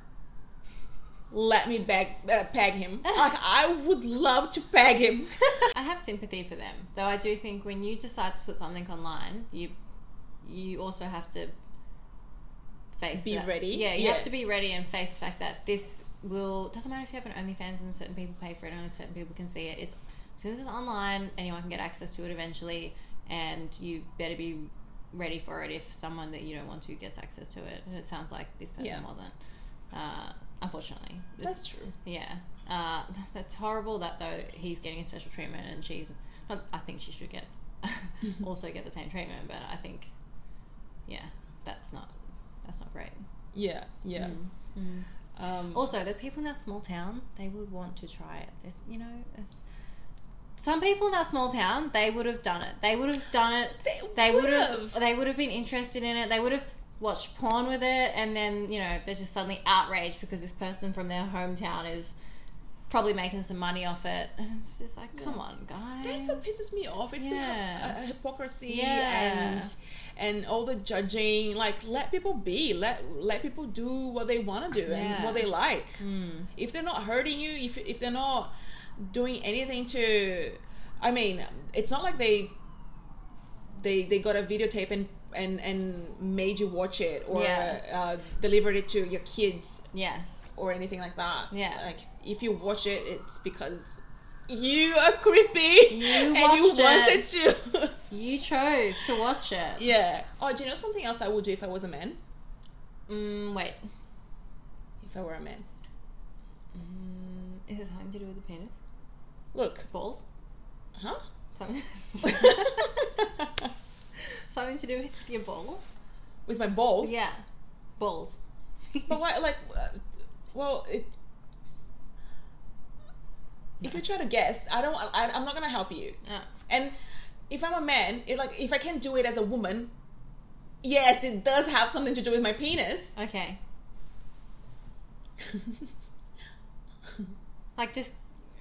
Speaker 1: let me bag, uh, peg *laughs* him like i would love to peg him
Speaker 2: I have sympathy for them, though. I do think when you decide to put something online, you you also have to face
Speaker 1: Be
Speaker 2: that.
Speaker 1: ready.
Speaker 2: Yeah, you
Speaker 1: Yeah.
Speaker 2: have to be ready and face the fact that this will doesn't matter if you have an OnlyFans and certain people pay for it and only certain people can see it. It's so this is online. Anyone can get access to it eventually, and you better be ready for it if someone that you don't want to gets access to it. And it sounds like this person
Speaker 1: Yeah.
Speaker 2: wasn't. Uh, unfortunately, This-
Speaker 1: *laughs* that's true
Speaker 2: yeah. Uh, *laughs* that's horrible that though he's getting a special treatment and she's not I think she should get *laughs* also get the same treatment, but I think yeah, that's not that's not great.
Speaker 1: yeah yeah
Speaker 2: Mm. Mm.
Speaker 1: um
Speaker 2: Also, the people in that small town, they would want to try it. There's, you know, there's some people in that small town, they would have done it. They would have done it.
Speaker 1: They
Speaker 2: They would
Speaker 1: would've.
Speaker 2: have. They would have been interested in it. They would have watched porn with it, and then you know they're just suddenly outraged because this person from their hometown is probably making some money off it. And it's just like, come on, guys.
Speaker 1: That's what pisses me off. It's
Speaker 2: Yeah.
Speaker 1: the hy- uh, hypocrisy
Speaker 2: Yeah.
Speaker 1: and and all the judging. Like, let people be. Let let people do what they want to do and
Speaker 2: Yeah.
Speaker 1: what they like.
Speaker 2: Mm.
Speaker 1: If they're not hurting you, if if they're not doing anything to, I mean, it's not like they they they got a videotape and and and made you watch it or
Speaker 2: Yeah.
Speaker 1: uh, delivered it to your kids
Speaker 2: Yes.
Speaker 1: or anything like that.
Speaker 2: Yeah.
Speaker 1: Like if you watch it, it's because you are creepy
Speaker 2: You
Speaker 1: *laughs* and you
Speaker 2: watched
Speaker 1: wanted
Speaker 2: it. *laughs*
Speaker 1: to.
Speaker 2: You chose to watch it.
Speaker 1: yeah. Oh, do you know something else I would do if I was a man?
Speaker 2: Mm, wait.
Speaker 1: If I were a man,
Speaker 2: Mm, is this something to do with the penis?
Speaker 1: look,
Speaker 2: Balls?
Speaker 1: huh?
Speaker 2: *laughs*
Speaker 1: *laughs*
Speaker 2: Something, something to do with your balls?
Speaker 1: With my balls.
Speaker 2: Yeah. Balls.
Speaker 1: But why? Like, uh, well, it. If you try to guess, I don't. I, I'm not gonna help you.
Speaker 2: *laughs* Oh.
Speaker 1: And if I'm a man, if like if I can do it as a woman, yes, it does have something to do with my penis.
Speaker 2: Okay. Like just,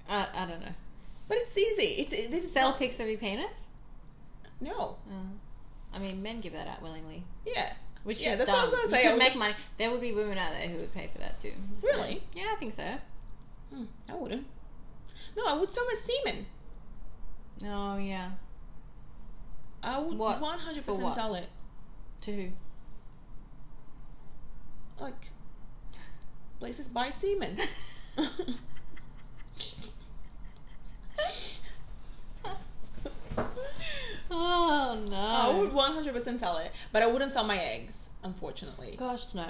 Speaker 2: uh, I don't know.
Speaker 1: *laughs* But it's easy. It's it, this is
Speaker 2: Sell
Speaker 1: not-
Speaker 2: pics of your penis?
Speaker 1: No.
Speaker 2: Uh, I mean, men give that out willingly.
Speaker 1: Yeah.
Speaker 2: Which
Speaker 1: Yeah,
Speaker 2: is
Speaker 1: that's
Speaker 2: dumb.
Speaker 1: what I was gonna
Speaker 2: You
Speaker 1: say. I
Speaker 2: could
Speaker 1: would
Speaker 2: make
Speaker 1: just-
Speaker 2: money. There would be women out there who would pay for that too. Just saying.
Speaker 1: Really?
Speaker 2: Yeah, I think so.
Speaker 1: Hmm, I wouldn't. No, I would sell my semen.
Speaker 2: Oh yeah.
Speaker 1: I would
Speaker 2: What?
Speaker 1: one hundred
Speaker 2: For
Speaker 1: percent
Speaker 2: what?
Speaker 1: sell it.
Speaker 2: To
Speaker 1: *laughs*
Speaker 2: who?
Speaker 1: Like places
Speaker 2: *laughs*
Speaker 1: buy semen.
Speaker 2: oh no.
Speaker 1: I would one hundred percent sell it, but I wouldn't sell my eggs, unfortunately.
Speaker 2: Gosh no.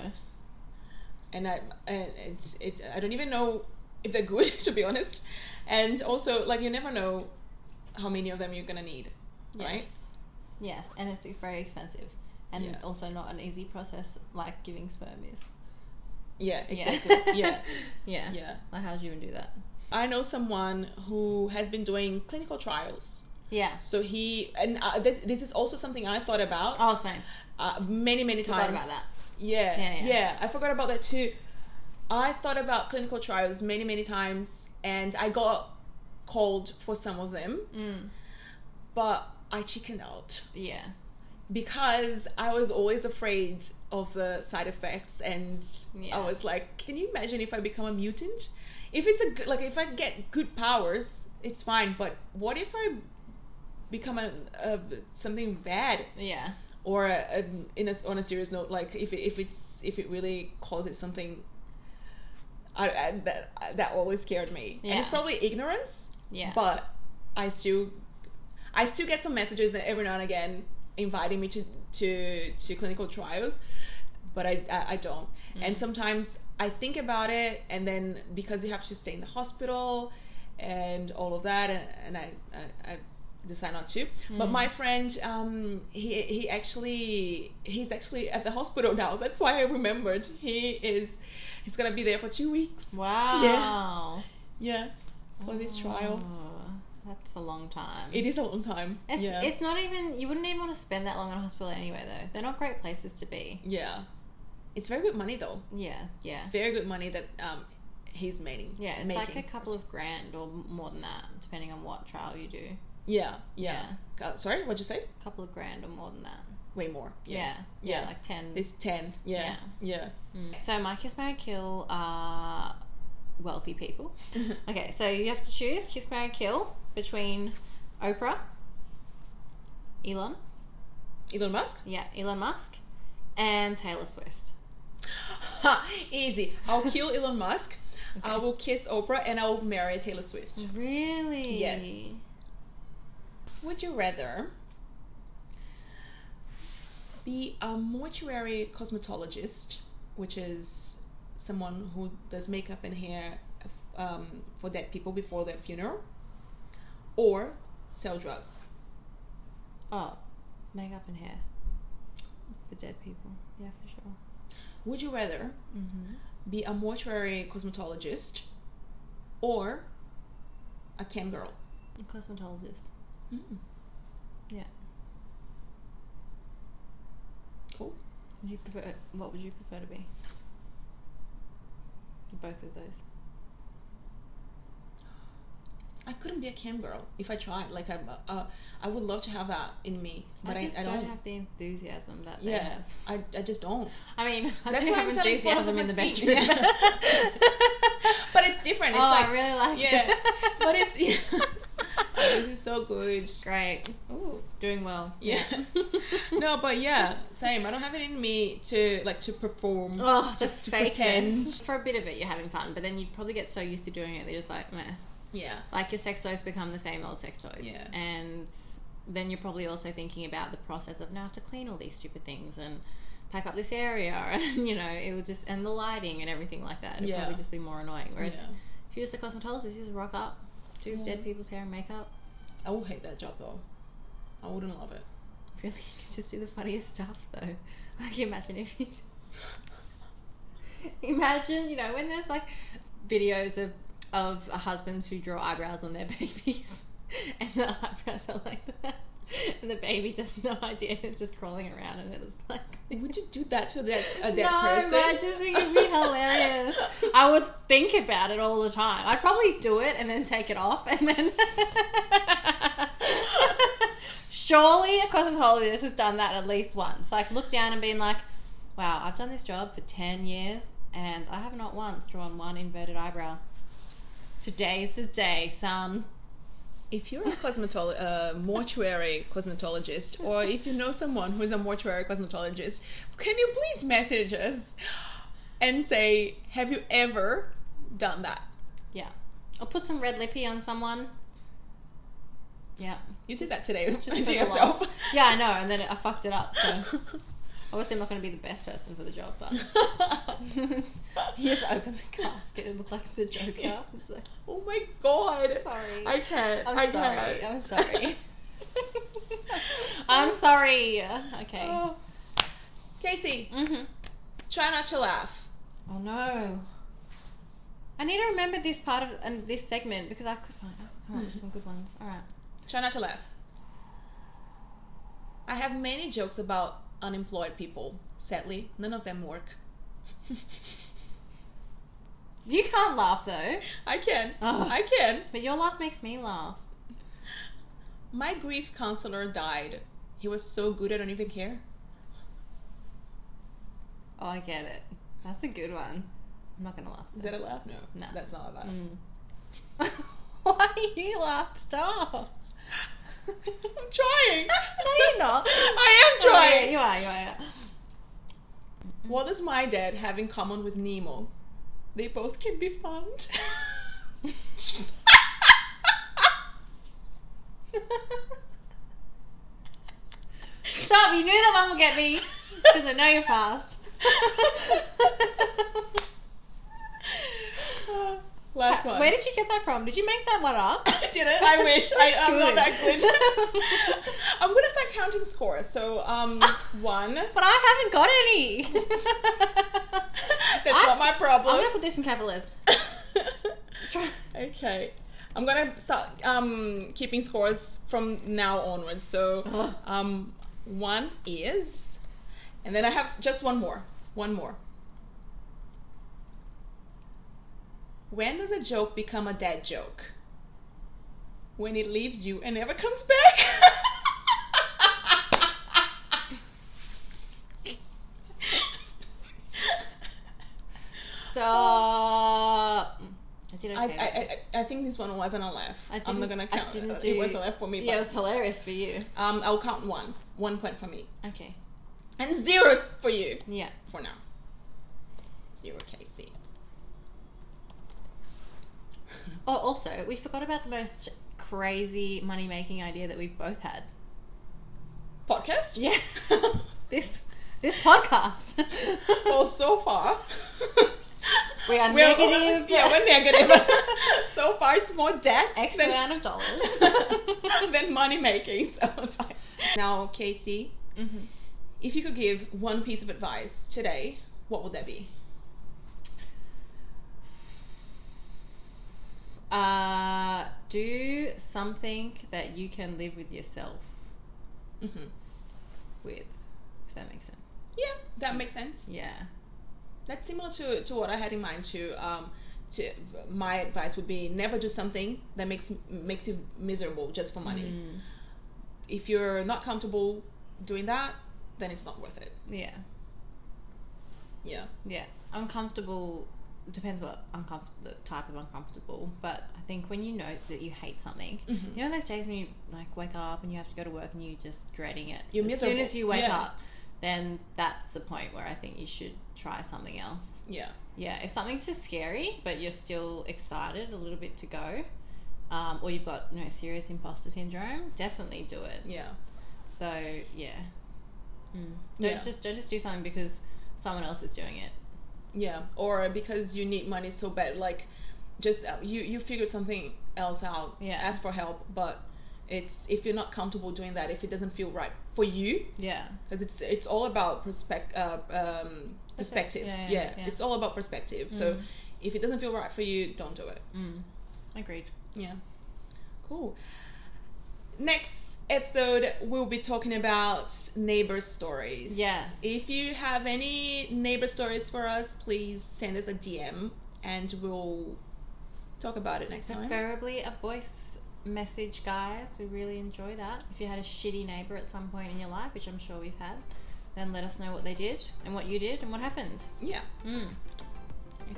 Speaker 1: And I and it's it. I don't even know if they're good, *laughs* to be honest. And also, like you never know how many of them you're gonna need.
Speaker 2: Yes.
Speaker 1: Right?
Speaker 2: Yes, and it's very expensive, and
Speaker 1: Yeah.
Speaker 2: also not an easy process like giving sperm is.
Speaker 1: Yeah,
Speaker 2: Yeah. *laughs*
Speaker 1: exactly. Yeah,
Speaker 2: Yeah.
Speaker 1: yeah.
Speaker 2: Like how do you even do that?
Speaker 1: I know someone who has been doing clinical trials.
Speaker 2: Yeah.
Speaker 1: So he and uh, this, this is also something I thought about
Speaker 2: Oh, same.
Speaker 1: uh, many many times.
Speaker 2: Forgot about that.
Speaker 1: Yeah,
Speaker 2: Yeah,
Speaker 1: yeah,
Speaker 2: yeah.
Speaker 1: I forgot about that too. I thought about clinical trials many many times, and I got called for some of them,
Speaker 2: Mm.
Speaker 1: but I chickened out
Speaker 2: Yeah.
Speaker 1: because I was always afraid of the side effects, and
Speaker 2: Yeah.
Speaker 1: I was like, "Can you imagine if I become a mutant? If it's a good, like, if I get good powers, it's fine. But what if I become a, a something bad,
Speaker 2: Yeah.
Speaker 1: or a, a, in a, on a serious note, like if it, if it's if it really causes something." I, I, that that always scared me, and it's
Speaker 2: Yeah.
Speaker 1: probably ignorance
Speaker 2: Yeah.
Speaker 1: but I still I still get some messages every now and again inviting me to to to clinical trials but I I, I don't
Speaker 2: Mm-hmm.
Speaker 1: and sometimes I think about it and then because you have to stay in the hospital and all of that and, and I, I I decide not to but my
Speaker 2: Mm-hmm.
Speaker 1: friend um he he actually he's actually at the hospital now that's why I remembered he is he's gonna be there for two weeks
Speaker 2: wow.
Speaker 1: yeah for this trial
Speaker 2: Oh, that's a long time.
Speaker 1: it is a long time
Speaker 2: It's,
Speaker 1: yeah
Speaker 2: it's not even, you wouldn't even want to spend that long in a hospital anyway, though. They're not great places to be.
Speaker 1: Yeah, it's very good money though.
Speaker 2: Yeah, yeah.
Speaker 1: Very good money that um he's making.
Speaker 2: Yeah, it's
Speaker 1: making.
Speaker 2: like a couple of grand or more than that, depending on what trial you do.
Speaker 1: yeah yeah. Uh, sorry, what'd you say?
Speaker 2: A couple of grand or more than that.
Speaker 1: Way more.
Speaker 2: Yeah. Yeah,
Speaker 1: Yeah.
Speaker 2: like 10.
Speaker 1: It's ten. Yeah. Yeah.
Speaker 2: Mm. So, my kiss, marry, kill are wealthy people. okay, so you have to choose kiss, marry, kill between Oprah, Elon,
Speaker 1: *laughs* Elon Musk. *laughs*
Speaker 2: yeah, Elon Musk, and Taylor Swift.
Speaker 1: Ha, easy. I'll kill Elon
Speaker 2: *laughs*
Speaker 1: Musk. I will kiss Oprah and I will marry Taylor Swift.
Speaker 2: Really?
Speaker 1: Yes. Would you rather be a mortuary cosmetologist, which is someone who does makeup and hair um, for dead people before their funeral, or sell drugs?
Speaker 2: Oh, makeup and hair for dead people. Yeah, for sure.
Speaker 1: Would you rather
Speaker 2: Mm-hmm.
Speaker 1: be a mortuary cosmetologist or a cam girl?
Speaker 2: Cosmetologist.
Speaker 1: Mm.
Speaker 2: Yeah.
Speaker 1: Cool.
Speaker 2: Would you prefer? What would you prefer to be? Both of those.
Speaker 1: I couldn't be a cam girl if I tried. Like I, uh, I would love to have that in me, but I,
Speaker 2: I just
Speaker 1: I,
Speaker 2: don't,
Speaker 1: don't.
Speaker 2: have the enthusiasm that they
Speaker 1: yeah,
Speaker 2: have.
Speaker 1: I, I just don't.
Speaker 2: I mean, *laughs* I
Speaker 1: That's
Speaker 2: do
Speaker 1: why
Speaker 2: have
Speaker 1: I'm selling
Speaker 2: enthusiasm in
Speaker 1: flowers
Speaker 2: the
Speaker 1: on my feet.
Speaker 2: bedroom.
Speaker 1: *laughs* But it's different. It's
Speaker 2: oh,
Speaker 1: like
Speaker 2: I really like
Speaker 1: yeah,
Speaker 2: it.
Speaker 1: but it's yeah. *laughs* this is so good.
Speaker 2: Great,
Speaker 1: Ooh.
Speaker 2: doing well.
Speaker 1: Yeah. *laughs*
Speaker 2: *laughs*
Speaker 1: no, but yeah, same. I don't have it in me to like to perform.
Speaker 2: Oh, the
Speaker 1: to
Speaker 2: fakeness.
Speaker 1: pretend.
Speaker 2: For a bit of it, you're having fun, but then you probably get so used to doing it, they're just like, meh.
Speaker 1: Yeah.
Speaker 2: Like your sex toys become the same old sex toys.
Speaker 1: Yeah.
Speaker 2: And then you're probably also thinking about the process of now I have to clean all these stupid things and pack up this area *laughs* and you know it will just and the lighting and everything like that it'll
Speaker 1: Yeah.
Speaker 2: probably just be more annoying whereas
Speaker 1: yeah.
Speaker 2: if you're just a cosmetologist you just rock up do
Speaker 1: Yeah.
Speaker 2: dead people's hair and makeup
Speaker 1: I will hate that job though. I wouldn't love it.
Speaker 2: *laughs* really you could just do the funniest stuff though *laughs* like imagine if you *laughs* imagine you know when there's like videos of of husbands who draw eyebrows on their *laughs* babies and the eyebrows are like that *laughs* and the baby has no idea and it's just crawling around and it's like
Speaker 1: Would you do that to a dead, a dead
Speaker 2: no,
Speaker 1: person?
Speaker 2: but I just think it'd
Speaker 1: *laughs*
Speaker 2: be hilarious. I would think about it all the time. I'd probably do it and then take it off, and then *laughs* surely a cosmetologist has done that at least once. Like look down and being like, "Wow, I've done this job for ten years, and I have not once drawn one inverted eyebrow." Today's the day, son.
Speaker 1: If you're a cosmetolo- uh, mortuary cosmetologist, or if you know someone who is a mortuary cosmetologist, can you please message us and say, have you ever done that?
Speaker 2: Yeah, I'll put some red lippy on someone.
Speaker 1: *laughs*
Speaker 2: Yeah,
Speaker 1: You did that today
Speaker 2: for
Speaker 1: *laughs* to
Speaker 2: the
Speaker 1: yourself.
Speaker 2: laughs. Yeah, I know, and then I fucked it up. So obviously, I'm not going to be the best person for the job, *laughs* but you just open the casket and look like the Joker.
Speaker 1: Yeah.
Speaker 2: *laughs* It's like,
Speaker 1: *laughs* oh my god!
Speaker 2: sorry,
Speaker 1: I can't.
Speaker 2: I'm
Speaker 1: I
Speaker 2: sorry.
Speaker 1: can't.
Speaker 2: I'm
Speaker 1: *laughs*
Speaker 2: sorry. I'm sorry. Okay.
Speaker 1: Oh. Casey,
Speaker 2: Mm-hmm.
Speaker 1: try not to laugh.
Speaker 2: Oh no. I need to remember this part of and this segment because I could find. I could come up with some good ones. All right.
Speaker 1: Try not to laugh. I have many jokes about unemployed people. Sadly, none of them work.
Speaker 2: You can't laugh though,
Speaker 1: I can.
Speaker 2: Oh.
Speaker 1: I can.
Speaker 2: but your laugh makes me laugh.
Speaker 1: My grief counselor died. He was so good, I don't even care.
Speaker 2: Oh, I get it. That's a good one. I'm not gonna laugh. *laughs*
Speaker 1: Is
Speaker 2: though.
Speaker 1: that a laugh? No.
Speaker 2: No.
Speaker 1: That's not a laugh.
Speaker 2: Mm. Why are you laugh? Stop.
Speaker 1: *laughs* I'm trying.
Speaker 2: *laughs* No, you're not.
Speaker 1: *laughs* I am
Speaker 2: Oh, yeah,
Speaker 1: trying.
Speaker 2: you are. You are.
Speaker 1: What does my dad have in common with Nemo? They both can be
Speaker 2: *laughs*
Speaker 1: found.
Speaker 2: you are. Stop. You knew that one would get me because I know you're fast.
Speaker 1: *laughs* *laughs* Last one.
Speaker 2: Where did you get that from? Did you make that one up?
Speaker 1: *laughs* I didn't. I wish. I, I'm not that
Speaker 2: Good.
Speaker 1: good. *laughs* I'm gonna start counting scores. So, *laughs* um, one.
Speaker 2: *laughs* But I haven't got any.
Speaker 1: *laughs* That's
Speaker 2: I-
Speaker 1: not my problem.
Speaker 2: I'm gonna put this in capital letters.
Speaker 1: okay. I'm gonna start um, keeping scores from now onwards. So
Speaker 2: Ugh.
Speaker 1: um, one is, and then I have s- just one more. One more. When does a joke become a dad joke? When it leaves you and never comes *laughs* back.
Speaker 2: Stop. I did okay.
Speaker 1: I, I, I, I think this one wasn't a laugh.
Speaker 2: I
Speaker 1: I'm
Speaker 2: didn't-
Speaker 1: not gonna
Speaker 2: I
Speaker 1: count. it.
Speaker 2: didn't
Speaker 1: It
Speaker 2: do-
Speaker 1: was a laugh for me.
Speaker 2: yeah, it was hilarious for you.
Speaker 1: But, um, I'll count one. One point for me,
Speaker 2: Okay.
Speaker 1: and zero for you
Speaker 2: Yeah.
Speaker 1: for now. Zero, Casey.
Speaker 2: Oh, also, we forgot about the most crazy money making idea that we've both had.
Speaker 1: Podcast. *laughs*
Speaker 2: Yeah. this this podcast.
Speaker 1: well, Oh, so far.
Speaker 2: We are
Speaker 1: We're-
Speaker 2: negative.
Speaker 1: yeah, we're negative. *laughs* so far, it's more debt
Speaker 2: *laughs* X
Speaker 1: than,
Speaker 2: amount of dollars.
Speaker 1: *laughs* than money making. So it's like- now, Casey,
Speaker 2: Mhm.
Speaker 1: if you could give one piece of advice today, what would that be?
Speaker 2: Uh, do something that you can live with yourself
Speaker 1: Mm-hmm.
Speaker 2: with, if that makes sense.
Speaker 1: Yeah, that makes sense.
Speaker 2: Yeah.
Speaker 1: That's similar to, to what I had in mind too. Um, to my advice would be never do something that makes makes you miserable just for money.
Speaker 2: Mm.
Speaker 1: If you're not comfortable doing that, then it's not worth it.
Speaker 2: Yeah.
Speaker 1: Yeah.
Speaker 2: Yeah. Uncomfortable depends what uncomfortable the type of uncomfortable, but I think when you know that you hate something,
Speaker 1: Mhm.
Speaker 2: you know those days when you like wake up and you have to go to work and you're just dreading it.
Speaker 1: You're
Speaker 2: as soon
Speaker 1: miserable.
Speaker 2: as you wake
Speaker 1: Yeah.
Speaker 2: up, then that's the point where I think you should try something else.
Speaker 1: Yeah.
Speaker 2: Yeah, if something's just scary, but you're still excited a little bit to go, um, or you've got you know serious imposter syndrome, definitely do it.
Speaker 1: Yeah.
Speaker 2: Though, yeah, mm. don't
Speaker 1: Yeah.
Speaker 2: just don't just do something because someone else is doing it.
Speaker 1: Yeah. Or because you need money so bad, like just uh, you you figure something else out.
Speaker 2: Yeah.
Speaker 1: Ask for help, but it's if you're not comfortable doing that, if it doesn't feel right for you,
Speaker 2: Yeah,
Speaker 1: because it's it's all about perspective. Uh, um, perspective.
Speaker 2: Yeah,
Speaker 1: Yeah, Mm.
Speaker 2: yeah, yeah.
Speaker 1: It's all about perspective. So if it doesn't feel right for you, don't do it.
Speaker 2: mm. agreed.
Speaker 1: Yeah. Cool. Next episode, we'll be talking about neighbor stories.
Speaker 2: Yes.
Speaker 1: If you have any neighbor stories for us, please send us a DM and we'll talk about it next time.
Speaker 2: Preferably a voice message, guys. We really enjoy that. If you had a shitty neighbor at some point in your life, which I'm sure we've had, then let us know what they did and what you did and what happened.
Speaker 1: Yeah.
Speaker 2: Mm.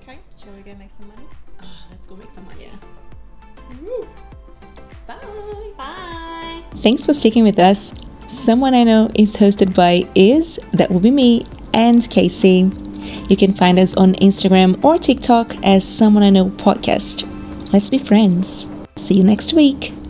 Speaker 1: Okay.
Speaker 2: Shall we go make some money?
Speaker 1: Ah, let's go make some money.
Speaker 2: Yeah.
Speaker 1: Woo. Bye.
Speaker 2: Bye.
Speaker 3: Thanks for sticking with us. Someone I Know is hosted by Is, that will be me, and Casey. You can find us on Instagram or TikTok as Someone I Know Podcast. Let's be friends. See you next week.